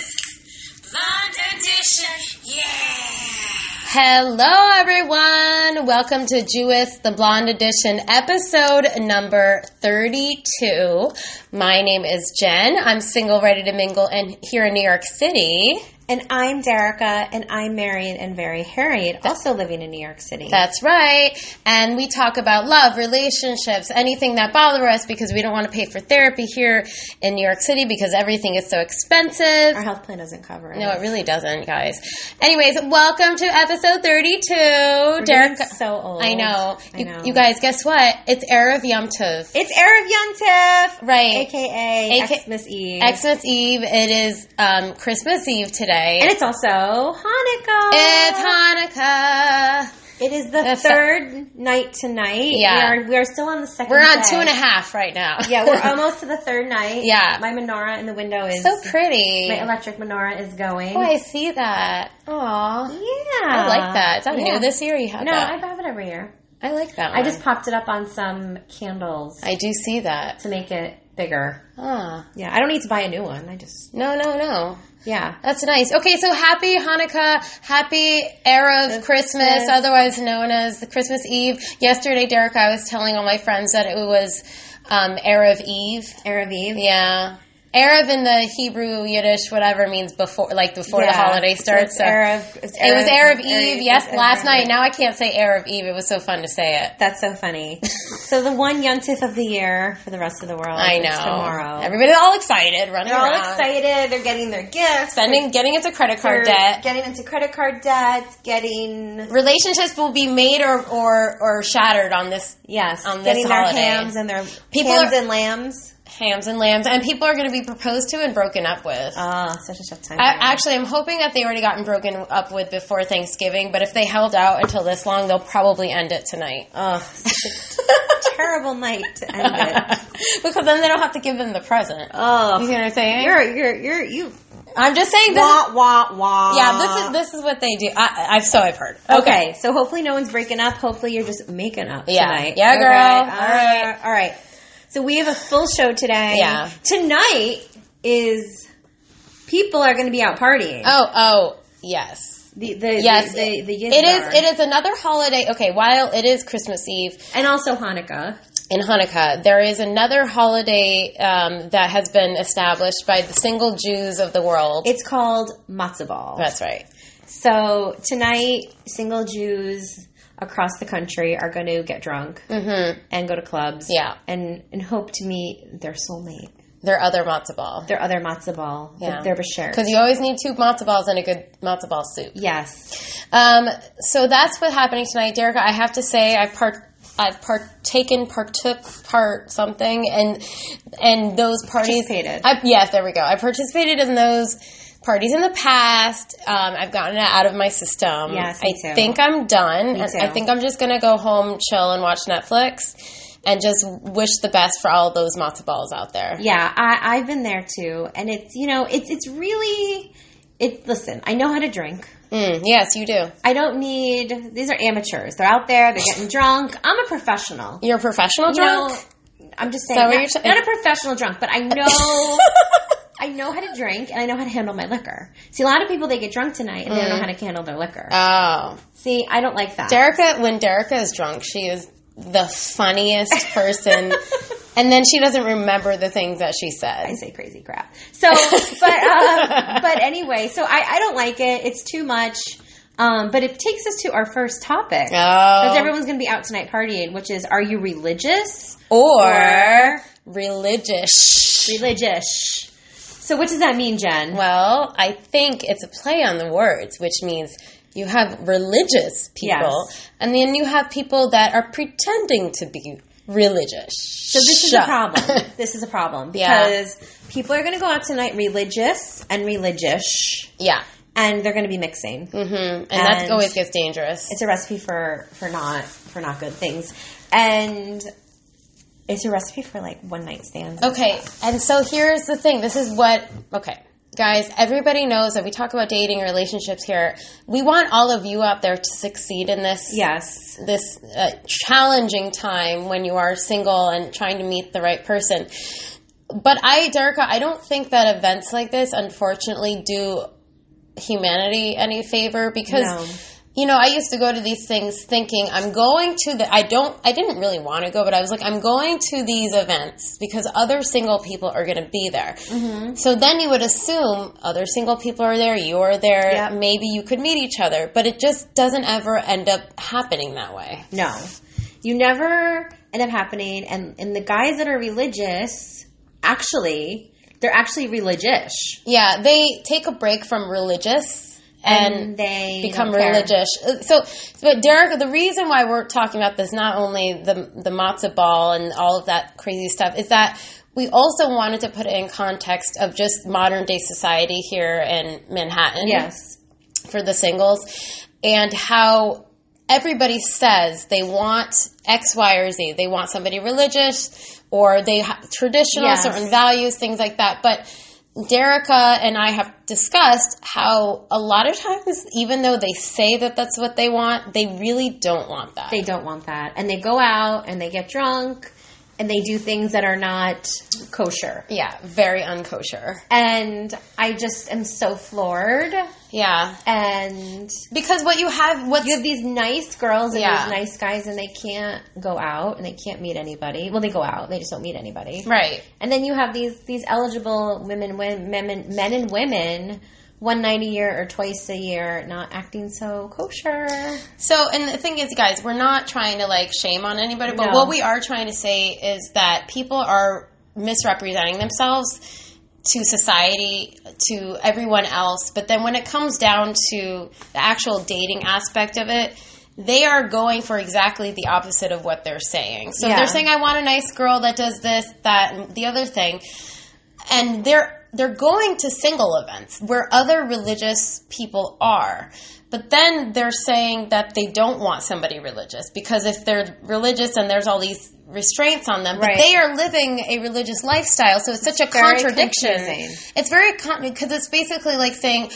Blonde edition. Yeah. Hello, everyone. Welcome to Jewess the Blonde Edition, episode number 32. My name is Jen. I'm single, ready to mingle, and here in New York City. And I'm Derica, and I'm Marion and very Harriet, also living in New York City. That's right. And we talk about love, relationships, anything that bother us because we don't want to pay for therapy here in New York City because everything is so expensive. Our health plan doesn't cover it. No, it really doesn't, guys. Anyways, welcome to episode 32. Derek's Derica- so old. I know. I You, know. you guys, guess what? It's Erev Yom Tov. It's Erev Yom Tov, Right. AKA AK- Xmas Eve, Xmas Eve. It is um, Christmas Eve today. and it's also Hanukkah. it's Hanukkah. It is the That's- third night tonight. Yeah. we are, we are still on the second. We're on day. two and a half right now. yeah, we're almost to the third night. Yeah. my menorah in the window is so pretty. My electric menorah is going. Oh, I see that. Aw. yeah, I like that. Is that Yeah. new this year? You have No, I that? have it every year. I, like that. I one. just popped it up on some candles I do see that. to make it bigger. Ah. Yeah, I don't need to buy a new one. I just No, no, no. yeah. That's nice. Okay, so happy Hanukkah, happy Arab Christmas, Christmas. otherwise known as the Christmas Eve. Yesterday, Derek, I was telling all my friends that it was um, Arab Eve. Arab Eve. Yeah. Arab in the Hebrew, Yiddish, whatever means before, like before the Yeah. holiday starts. it's So Arab, it's it was Arab Eve. yes, it's last Arab night. Eve. Now I can't say Arab Eve. It was so fun to say it. That's so funny. so the one Yuntif of the year for the rest of the world. I is know. tomorrow. Everybody's all excited, running They're all around, excited. They're getting their gifts. spending, getting into credit They're card debt. Getting into credit card debt. Getting relationships will be made or, or, or shattered on this yes. On this getting their holiday. hams and their People hams are- and lambs. hams and lambs and people are going to be proposed to and broken up with Ah, such a tough time. I, period. actually i'm hoping that they already gotten broken up with before thanksgiving but if they held out until this long they'll probably end it tonight Ugh, such a terrible night to end it. because then they don't have to give them the present you Oh, see what i'm saying you're you're you're you. i'm just saying this is, Wah wah wah. yeah this is this is what they do I, i've so i've heard Okay. so hopefully no one's breaking up. Hopefully you're just making up Yeah. tonight. Yeah, girl. All right. All right. All right. So we have a full show today. Yeah. Tonight is people are going to be out partying. oh oh yes The, the, Yes, the, the, the it is. It is another holiday. Okay, while it is Christmas Eve, and also Hanukkah. in Hanukkah, there is another holiday um, that has been established by the single Jews of the world. It's called matzah ball. That's right. So tonight, single Jews across the country are going to get drunk and go to clubs. Mm-hmm. Yeah. and and hope to meet their soulmate, Their other matzah ball. their other matzah ball, Yeah. their bashert. Because you always need two matzah balls and a good matzah ball soup. Yes. Um, so that's what's happening tonight, Derek. I have to say, I've part, I've partaken, partook, part something, and and those parties. Participated. I, yes, there we go. I participated in those parties in the past. Um, I've gotten it out of my system. Yes, I me too. think I'm done. and I too. think I'm just gonna go home, chill, and watch Netflix, and just wish the best for all those matzo balls out there. Yeah, I, I've been there too, and it's you know it's it's really it's listen. I know how to drink. Mm, yes, you do. I don't need these are amateurs. They're out there. They're getting drunk. I'm a professional. You're a professional You know, drunk. I'm just that saying, what not, you're saying? not a professional drunk, but I know. I know how to drink and I know how to handle my liquor. See, a lot of people they get drunk tonight and they Mm. don't know how to handle their liquor. Oh. See, I don't like that. Derica, when Derica is drunk, she is the funniest person. and then she doesn't remember the things that she I said. say crazy crap. So, but um, but anyway, so I, I don't like it. It's too much. Um, but it takes us to our first topic. Because Oh. everyone's going to be out tonight partying, which is are you religious Or or religious. religious? So, what does that mean, Jen? Well, I think it's a play on the words, which means you have religious people, and then you have people that are pretending to be religious. So, this is a problem. this is a problem Yeah. because people are going to go out tonight religious and religious, yeah. and they're going to be mixing. hmm And, that And- always gets dangerous. It's a recipe for for not for not good things, and it's a recipe for like one night stands. Okay, and so here's the thing. This is what okay, guys. Everybody knows that we talk about dating and relationships here. We want all of you out there to succeed in this Yes. this uh, challenging time when you are single and trying to meet the right person. but I, Derica, I don't think that events like this, unfortunately, do humanity any favor because. No. You know, I used to go to these things thinking I'm going to the I don't I didn't really want to go, but I was like I'm going to these events because other single people are going to be there. So then you would assume other single people are there, you are there, Yep. maybe you could meet each other, but it just doesn't ever end up happening that way. No. You never end up happening and, and the guys that are religious actually they're actually religious. Yeah, they take a break from religious and, they become don't care. religious. Uh, So, but Derek, the reason why we're talking about this, not only the the matzo ball and all of that crazy stuff, is that we also wanted to put it in context of just modern day society here in Manhattan Yes. for the singles and how everybody says they want X, Y, or Z. They want somebody religious or they ha traditional, Yes. certain values, things like that. But Derica and I have discussed how a lot of times, even though they say that that's what they want, they really don't want that. They don't want that. And they go out and they get drunk and they do things that are not kosher. yeah, very unkosher. And I just am so floored. Yeah, And because what you have, what's you have these nice girls and Yeah. these nice guys, and they can't go out and they can't meet anybody. Well, they go out, they just don't meet anybody. right? And then you have these these eligible women, women men, men and women, one night a year or twice a year, not acting so kosher. So, and the thing is, guys, we're not trying to like shame on anybody, but No. what we are trying to say is that people are misrepresenting themselves to society, to everyone else. But then when it comes down to the actual dating aspect of it, they are going for exactly the opposite of what they're saying. So Yeah. they're saying, I want a nice girl that does this, that, and the other thing and they're they're going to single events where other religious people are but then they're saying that they don't want somebody religious because if they're religious and there's all these restraints on them but Right. they are living a religious lifestyle so it's such a very contradiction confusing. it's very con because it's basically like saying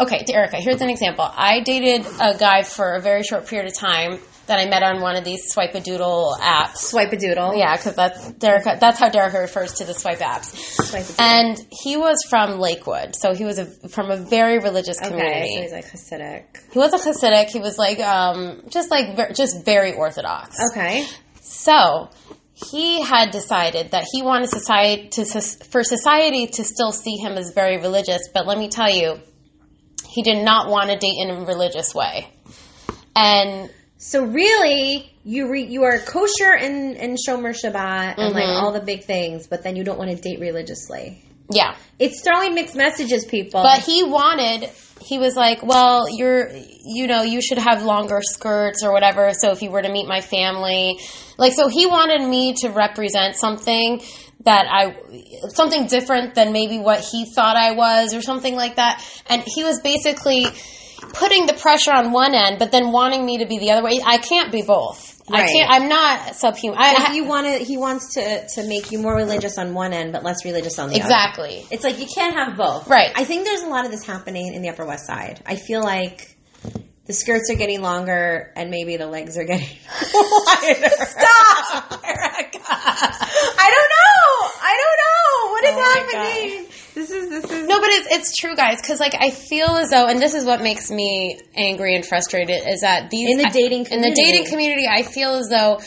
okay to erica here's an example i dated a guy for a very short period of time that i met on one of these swipe a doodle apps Swipe a doodle. yeah, because that's Derek. That's how Derek refers to the swipe apps. Swipe a doodle. and he was from Lakewood, so he was a, from a very religious community. Okay, so he's like Hasidic. he was a Hasidic. He was like um, just like ver- just very orthodox. Okay. So he had decided that he wanted society to sus- for society to still see him as very religious. But let me tell you, he did not want to date in a religious way, and So really, you re- you are kosher and and Shomer Shabbat and like all the big things, but then you don't want to date religiously. yeah. It's throwing mixed messages, people. But he wanted. He was like, "Well, you're, you know, you should have longer skirts or whatever. So if you were to meet my family, like, so he wanted me to represent something that I, something different than maybe what he thought I was or something like that. And he was basically putting the pressure on one end, but then wanting me to be the other way. I can't be both. I Right. can't. I'm not subhuman. I, Like, I- you want to, he wants to to make you more religious on one end, but less religious on the other. exactly. It's like you can't have both. Right. I think there's a lot of this happening in the Upper West Side. I feel like the skirts are getting longer and maybe the legs are getting wider. Stop! I don't know. I don't know. What is Oh my happening? This is this is No, but it's it's true, guys. Because like I feel as though, and this is what makes me angry and frustrated, is that these In the dating in the dating community. community, I feel as though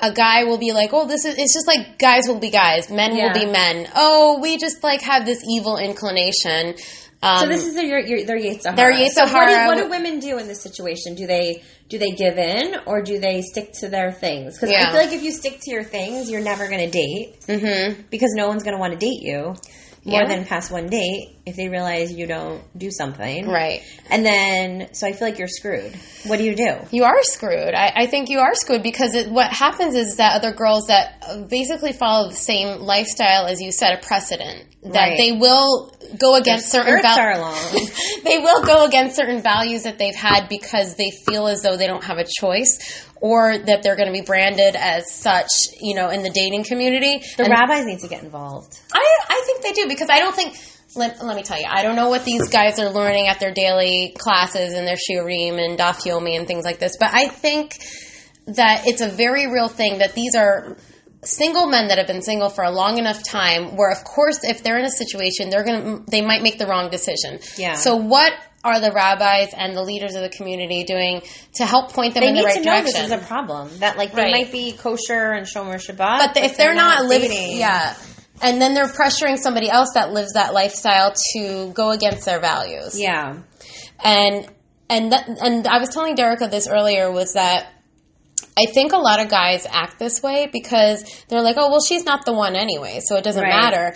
a guy will be like, oh, this is. It's just like guys will be guys, men will Yeah. be men. Oh, we just like have this evil inclination. Um, So Oh, this is their your, your, their Yetzirah. Their Yetzirah. So what, do, what do women do in this situation? Do they do they give in or do they stick to their things? Because Yeah. I feel like if you stick to your things, you're never going to date Mhm. because no one's going to want to date you more Yeah. than past one date if they realize you don't do something. right. And then, so I feel like you're screwed. What do you do? You are screwed. I, I think you are screwed because it, what happens is that other girls that uh, basically follow the same lifestyle as you set a precedent that Right. they will go against certain Skirts val- are long. they will go against certain values that they've had because they feel as though they don't have a choice or that they're going to be branded as such, you know, in the dating community. The And rabbis need to get involved. I, I think they do because I don't think. Let, let me tell you, I don't know what these guys are learning at their daily classes and their shirim and daf yomi and things like this, but I think that it's a very real thing that these are single men that have been single for a long enough time where of course if they're in a situation they're going to they might make the wrong decision. Yeah. So what are the rabbis and the leaders of the community doing to help point them They in need the right to know direction? this is a problem. That like they Right. might be kosher and shomer Shabbat, but they, if they're, not, living, dating. yeah, and then they're pressuring somebody else that lives that lifestyle to go against their values. yeah, and and that, and I was telling Derica this earlier was that. I think a lot of guys act this way because they're like, oh, well, she's not the one anyway, so it doesn't Right. matter.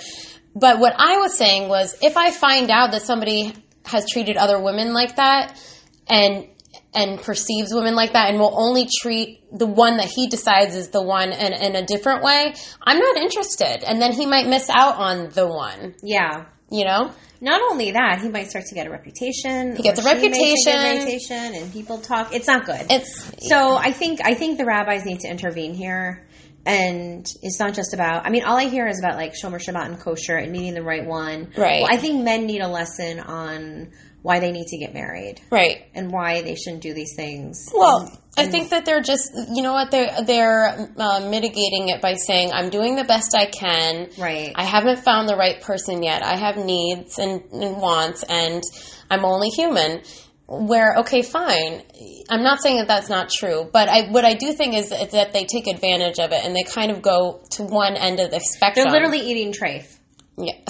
But what I was saying was if I find out that somebody has treated other women like that and and perceives women like that and will only treat the one that he decides is the one in, in a different way, I'm not interested. And then he might miss out on the one, yeah. you know? Not only that, he might start to get a reputation. He gets a reputation. reputation, and people talk. It's not good. It's So I think I think the rabbis need to intervene here, and it's not just about. I mean, all I hear is about like Shomer Shabbat and kosher and meeting the right one. Right. Well, I think men need a lesson on why they need to get married right. and why they shouldn't do these things. Well, I think that they're just, you know what, they're, they're uh, mitigating it by saying, I'm doing the best I can. Right. I haven't found the right person yet. I have needs and, and wants, and I'm only human. Where, okay, fine. I'm not saying that that's not true, but I, what I do think is, is that they take advantage of it and they kind of go to one end of the spectrum. They're literally eating trafe. Yeah.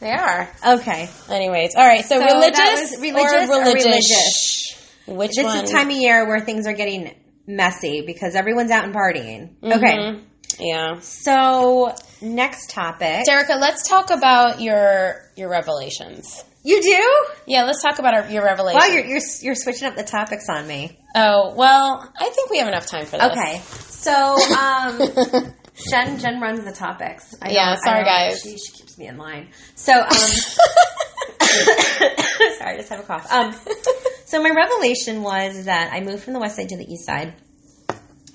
they are. Okay. Anyways, all right, so, So that religious, was religious or or religious? religious? Which This one? is a time of year where things are getting messy because everyone's out and partying. Mm-hmm. Okay. yeah. So next topic. Derica, let's talk about your your revelations. You do? Yeah, let's talk about our, your revelations. Wow, you're, you're you're switching up the topics on me. oh well, I think we have enough time for this. Okay. So um, Jen Jen runs the topics. I Yeah, don't- I sorry, don't- guys. She, she keeps me in line. So um, sorry, I just have a cough. Um, so my revelation was that I moved from the west side to the east side,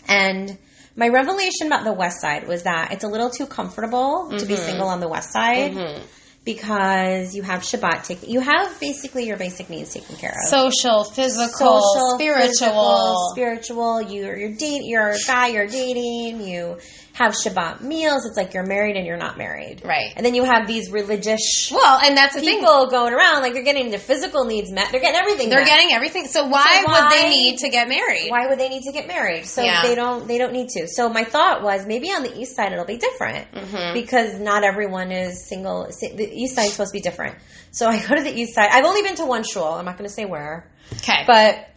and my revelation about the west side was that it's a little too comfortable to Mm-hmm. be single on the west side. Because you have Shabbat taken, you have basically your basic needs taken care of Social, physical, spiritual. physical, spiritual. You're you're date you're a guy you're dating. You have Shabbat meals. It's like you're married and you're not married, Right. And then you have these religious well, and that's the thing. people going around like they're getting their physical needs met. They're getting everything. They're met. getting everything. So why, So why- would they need to get married? Why would they need to get married? So Yeah. they don't. They don't need to. So my thought was maybe on the east side it'll be different Mm-hmm. because not everyone is single. si- The east side's supposed to be different. So I go to the east side. I've only been to one shul. I'm not going to say where. Okay, but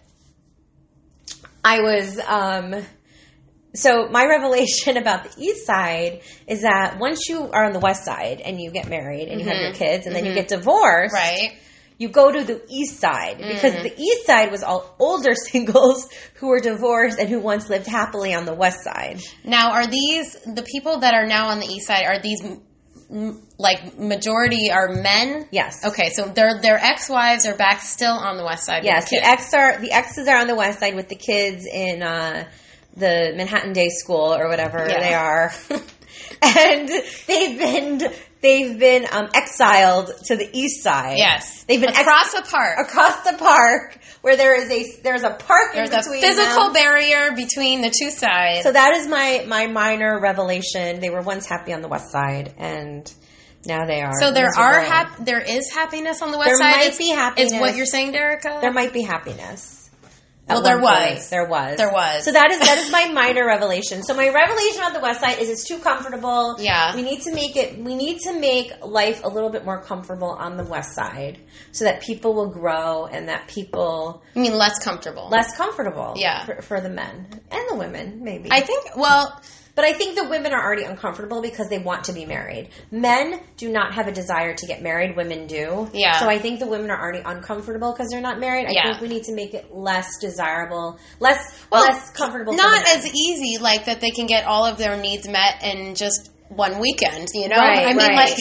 I was um so my revelation about the east side is that once you are on the west side and you get married and you have your kids and then you get divorced right. you go to the east side because the east side was all older singles who were divorced and who once lived happily on the west side Now, are these the people that are now on the east side? Are these m- m- like majority are men? yes Okay, so their their ex wives are back still on the west side. with yes the the kids. ex are the exes are on the west side with the kids in uh the Manhattan Day School or whatever Yeah. they are, and they've been they've been um, exiled to the east side. Yes, they've been across across the park. across the park where there is a there's a park in There's a between physical them. barrier between the two sides. So that is my my minor revelation. They were once happy on the west side, and now they are. So there are miserable. hap- there is happiness on the west There side. might is- be happiness. Is what you're saying, Derica? there might be happiness. At Well, there one point, was. There was. There was. So that is that is my minor revelation. So my revelation on the west side is it's too comfortable. Yeah. We need to make it we need to make life a little bit more comfortable on the west side so that people will grow and that people I mean, less comfortable. less comfortable Yeah. for, for the men and the women maybe. I think. Well, but I think the women are already uncomfortable because they want to be married. Men do not have a desire to get married, women do. Yeah. So I think the women are already uncomfortable because they're not married. I Yeah. think we need to make it less desirable, less well, less comfortable. for Not the men. as easy. Like that, they can get all of their needs met in just one weekend. You know, Right, I mean, right. like,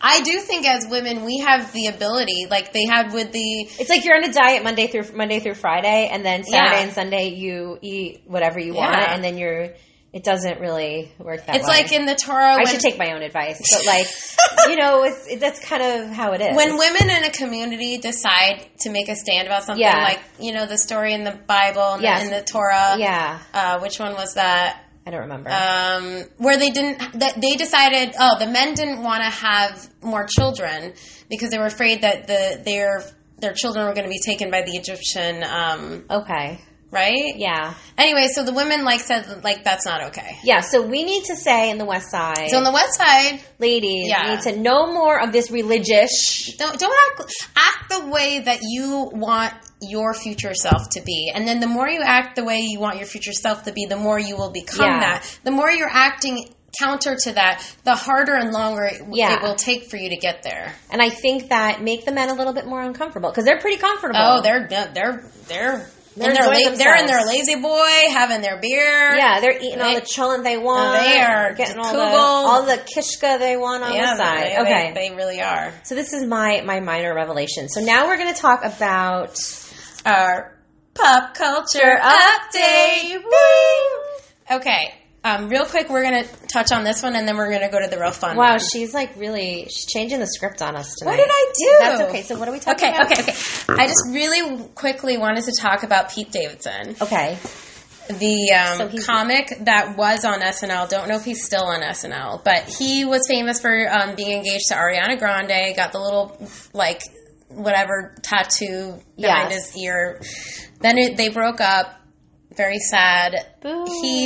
I do think as women we have the ability, like they had with the It's like you're on a diet Monday through Monday through Friday, and then Saturday Yeah. and Sunday you eat whatever you Yeah. want, and then you're. It doesn't really work that. It's way. like in the Torah. I when, should take my own advice, but like you know, it's it, that's kind of how it is. when women in a community decide to make a stand about something, Yeah. like you know the story in the Bible and Yes. the, in the Torah. yeah, Uh, which one was that? I don't remember. um, where they didn't that they decided oh the men didn't want to have more children because they were afraid that the their their children were going to be taken by the Egyptian um, okay. right Yeah. anyway so the women like said like that's not okay Yeah, so we need to say in the West Side, so on the west side ladies, Yeah. we need to know more of this religious. don't don't act act the way that you want your future self to be and then the more you act the way you want your future self to be the more you will become Yeah. that the more you're acting counter to that the harder and longer it, w- Yeah. it will take for you to get there And I think that make the men a little bit more uncomfortable because they're pretty comfortable. Oh, they're they're they're They're in their enjoying la- they're in their themselves. lazy boy having their beer. yeah, they're eating all They- the cholent they want. They are getting all the, kugel. all the kishka they want on yeah, the side. They, okay, they, they really are. so this is my my minor revelation. So now we're going to talk about Our pop culture update. Woo! Okay, um, real quick, we're gonna touch on this one, and then we're gonna go to the real fun. wow. one. She's like really she's changing the script on us tonight. What did I do? That's okay. So what are we talking Okay, about? okay, okay. I just really quickly wanted to talk about Pete Davidson, okay, the So um, he's- comic that was on SNL. Don't know if he's still on SNL, but he was famous for um, being engaged to Ariana Grande. Got the little like whatever tattoo behind Yes. his ear. Then it, they broke up. Very sad. Boo. He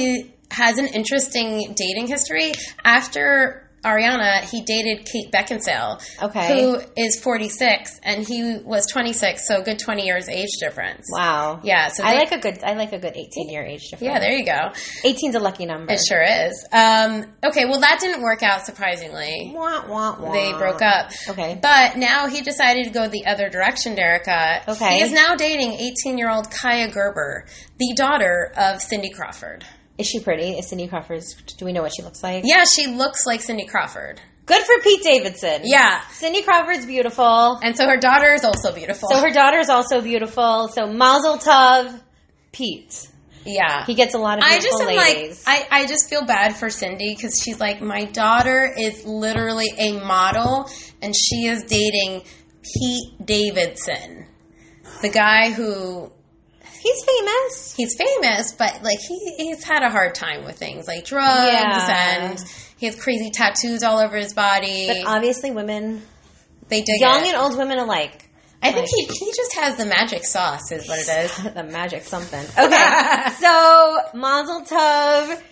has an interesting dating history. After Ariana, he dated Kate Beckinsale, Okay. who is 46, and he was 26, so a good 20 years age difference. Wow. Yeah, so I they- like a good I like a good eighteen year age difference. Yeah, there you go. 18's a lucky number. It sure is. Um, okay, well, that didn't work out surprisingly. Wah, wah, wah. They broke up. Okay. But now he decided to go the other direction, Derica. Okay. He is now dating 18 year old Kaya Gerber, the daughter of Cindy Crawford. Is she pretty? Is Cindy Crawford's? Do we know what she looks like? Yeah, she looks like Cindy Crawford. Good for Pete Davidson. Yeah. Cindy Crawford's beautiful. And so her daughter is also beautiful. So her daughter's also beautiful. So Mazel Tov, Pete. yeah. He gets a lot of I beautiful just am like, ladies. I, I just feel bad for Cindy because she's like, my daughter is literally a model and she is dating Pete Davidson, the guy who He's famous. he's famous, but like he, he's had a hard time with things like drugs Yeah. and he has crazy tattoos all over his body. But obviously women, they dig young it. and old women alike. I think he, he just has the magic sauce, is what it is. the magic something. Okay. so Mazel Tov,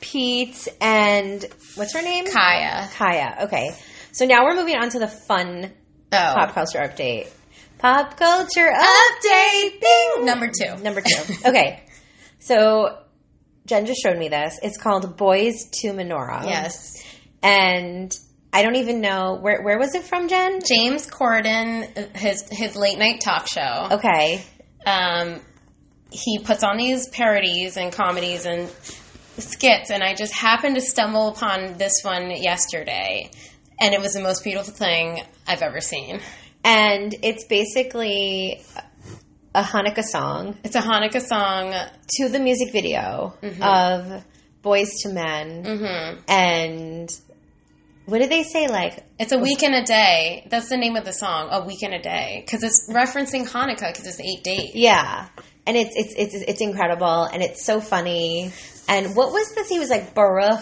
Pete, and what's her name? Kaya. Kaya. Okay. So now we're moving on to the fun Oh. pop culture update. Pop culture update. Update. Bing. Number two. Number two. Okay. So Jen just showed me this. It's called Boys to Menorah. Yes. And I don't even know where where was it from, Jen? James Corden, his his late night talk show. Okay. um, he puts on these parodies and comedies and skits, and I just happened to stumble upon this one yesterday, and it was the most beautiful thing I've ever seen. And it's basically a Hanukkah song It's a Hanukkah song. to the music video Mm-hmm. of Boys to Men hmm and what did they say like It's a week and a day. That's the name of the song, a week and a day, because it's referencing Hanukkah because it's eight days. Yeah, and it's it's it's it's incredible, and it's so funny. And what was this? He was like Baruch,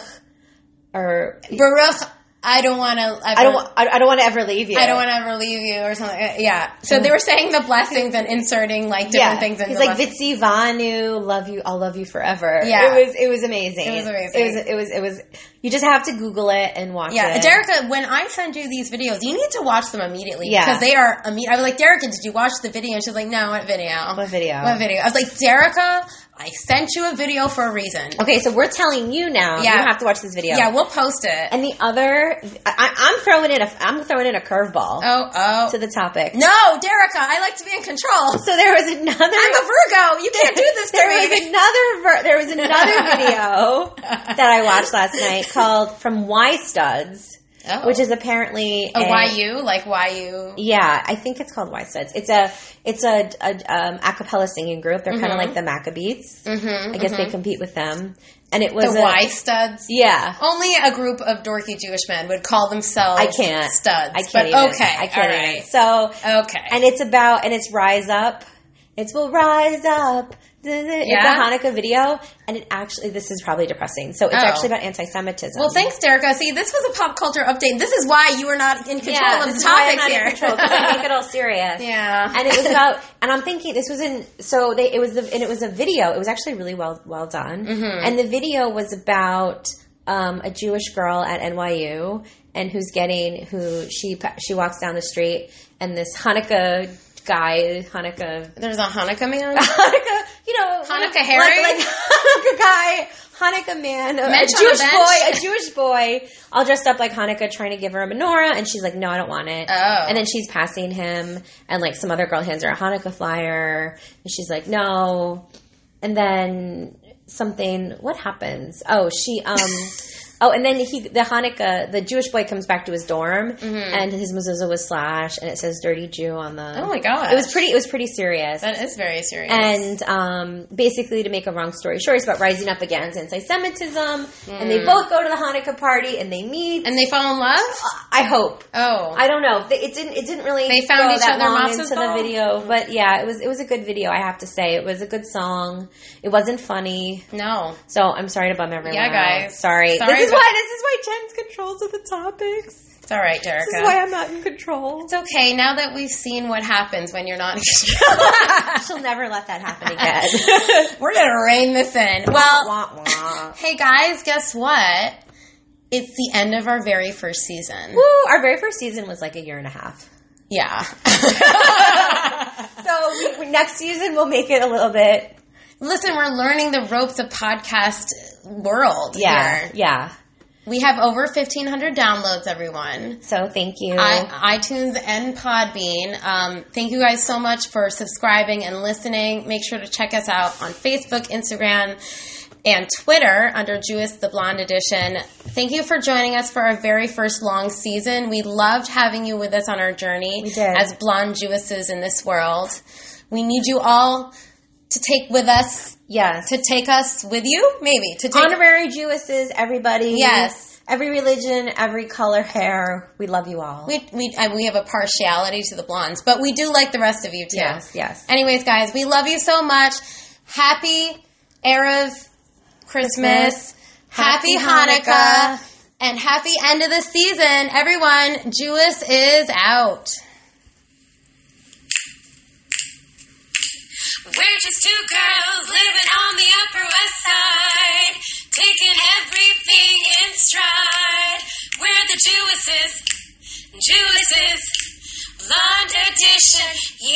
or Baruch, I don't want to. I don't wa- I, I don't want to ever leave you. I don't want to ever leave you or something. Uh, Yeah. So they were saying the blessings and inserting like different things in He's the like blessing. Vitsi Vanu, love you, I'll love you forever. Yeah. it was it was amazing. It was amazing. It was it was it was. You just have to Google it and watch Yeah, it. Derica, when I send you these videos, you need to watch them immediately Yeah. because they are. imme- I was like, Derica, did you watch the video? And she's like, No, what video? What video? What video? I was like, Derica, I sent you a video for a reason. Okay, so we're telling you now. Yeah. you have to watch this video. Yeah, we'll post it. and the other, I- I, I'm throwing in a I'm throwing in a curveball oh, oh, to the topic. no, Derica, I like to be in control. So there was another. I'm a Virgo. You can't do this to there me. was another ver- there was another video that I watched last night called "From Y Studs," Oh. which is E. apparently a YU, like YU. Yeah, I think it's called Y Studs. It's a it's a, a um, a cappella singing group. They're kind of like the Maccabees. Mm-hmm. I guess they compete with them, and it The was a, Y studs. Yeah, Only a group of dorky Jewish men would call themselves I can't. Oh, studs. I can't. but even. okay, I can't. all even. right. So Okay. and it's about and it's rise up. It's will rise up. Yeah? It's a Hanukkah video, and it actually this is probably depressing. So it's Oh. actually about anti-Semitism. Well, thanks, Derica. See, this was a pop culture update. This is why you are not in control yeah, of this the is why I'm topics not in here. control, 'cause I make it all serious. yeah. and it was about and i'm thinking this was in so they it was the and it was a video it was actually really well well done Mm-hmm. and the video was about um, a jewish girl at nyu and who's getting who she pa- she walks down the street and this hanukkah guy hanukkah There's a Hanukkah man. Hanukkah, you know, Hanukkah like- Harry? like, Hanukkah guy, Hanukkah man, a, a Mensch on Jewish the boy, bench? a Jewish boy, all dressed up like Hanukkah, trying to give her a menorah, and she's like, "No, I don't want it." Oh. And then she's passing him, and like some other girl hands her a Hanukkah flyer, and she's like, "No," and then something. What happens? Oh, she um. Oh, and then he, the Hanukkah, the Jewish boy comes back to his dorm, and his mezuzah was slashed, and it says "dirty Jew" on the. Mm-hmm. Oh my god. It was pretty. It was pretty serious. That is very serious. And um, basically, to make a wrong story short, it's about rising up against anti-Semitism, and they both go to the Hanukkah party and they meet. and they fall in love. I hope. Oh, Uh, I don't know. They- It didn't. It didn't really. They found go each that other long matzo into ball? the video, but yeah, it was. It was a good video. I have to say, it was a good song. It wasn't funny, no. so I'm sorry to bum everyone. Yeah, out. guys. Sorry. Sorry, This is but- why. This is why Jen's controls of the topics. It's all right, Derica. This is why I'm not in control. it's okay now that we've seen what happens when you're not. in control. She'll never let that happen again. We're gonna rein this in. Well, wah, wah. hey guys, guess what? It's the end of our very first season. Woo! Our very first season was like a year and a half. Yeah. So we, next season we'll make it a little bit. Listen, we're learning the ropes of podcast world. Yeah, here. yeah. we have over 1,500 downloads, everyone. So thank you. I, iTunes and Podbean. Um, thank you guys so much for subscribing and listening. Make sure to check us out on Facebook, Instagram, and Twitter under Jewess the Blonde Edition. Thank you for joining us for our very first long season. We loved having you with us on our journey We did. as blonde Jewesses in this world. We need you all to take with us, yes, to take us with you, maybe to take honorary Jewesses, everybody. Yes. every religion, every color hair. We love you all. we we uh, we have a partiality to the blondes, but we do like the rest of you too. Yes, yes. Anyways, guys, we love you so much. Happy Arab Christmas. Christmas. Happy, Happy Hanukkah. Hanukkah. And happy end of the season, everyone. Jewess is out. We're just two girls living on the Upper West Side, taking everything in stride. We're the Jewesses, Jewesses, blonde edition, yeah.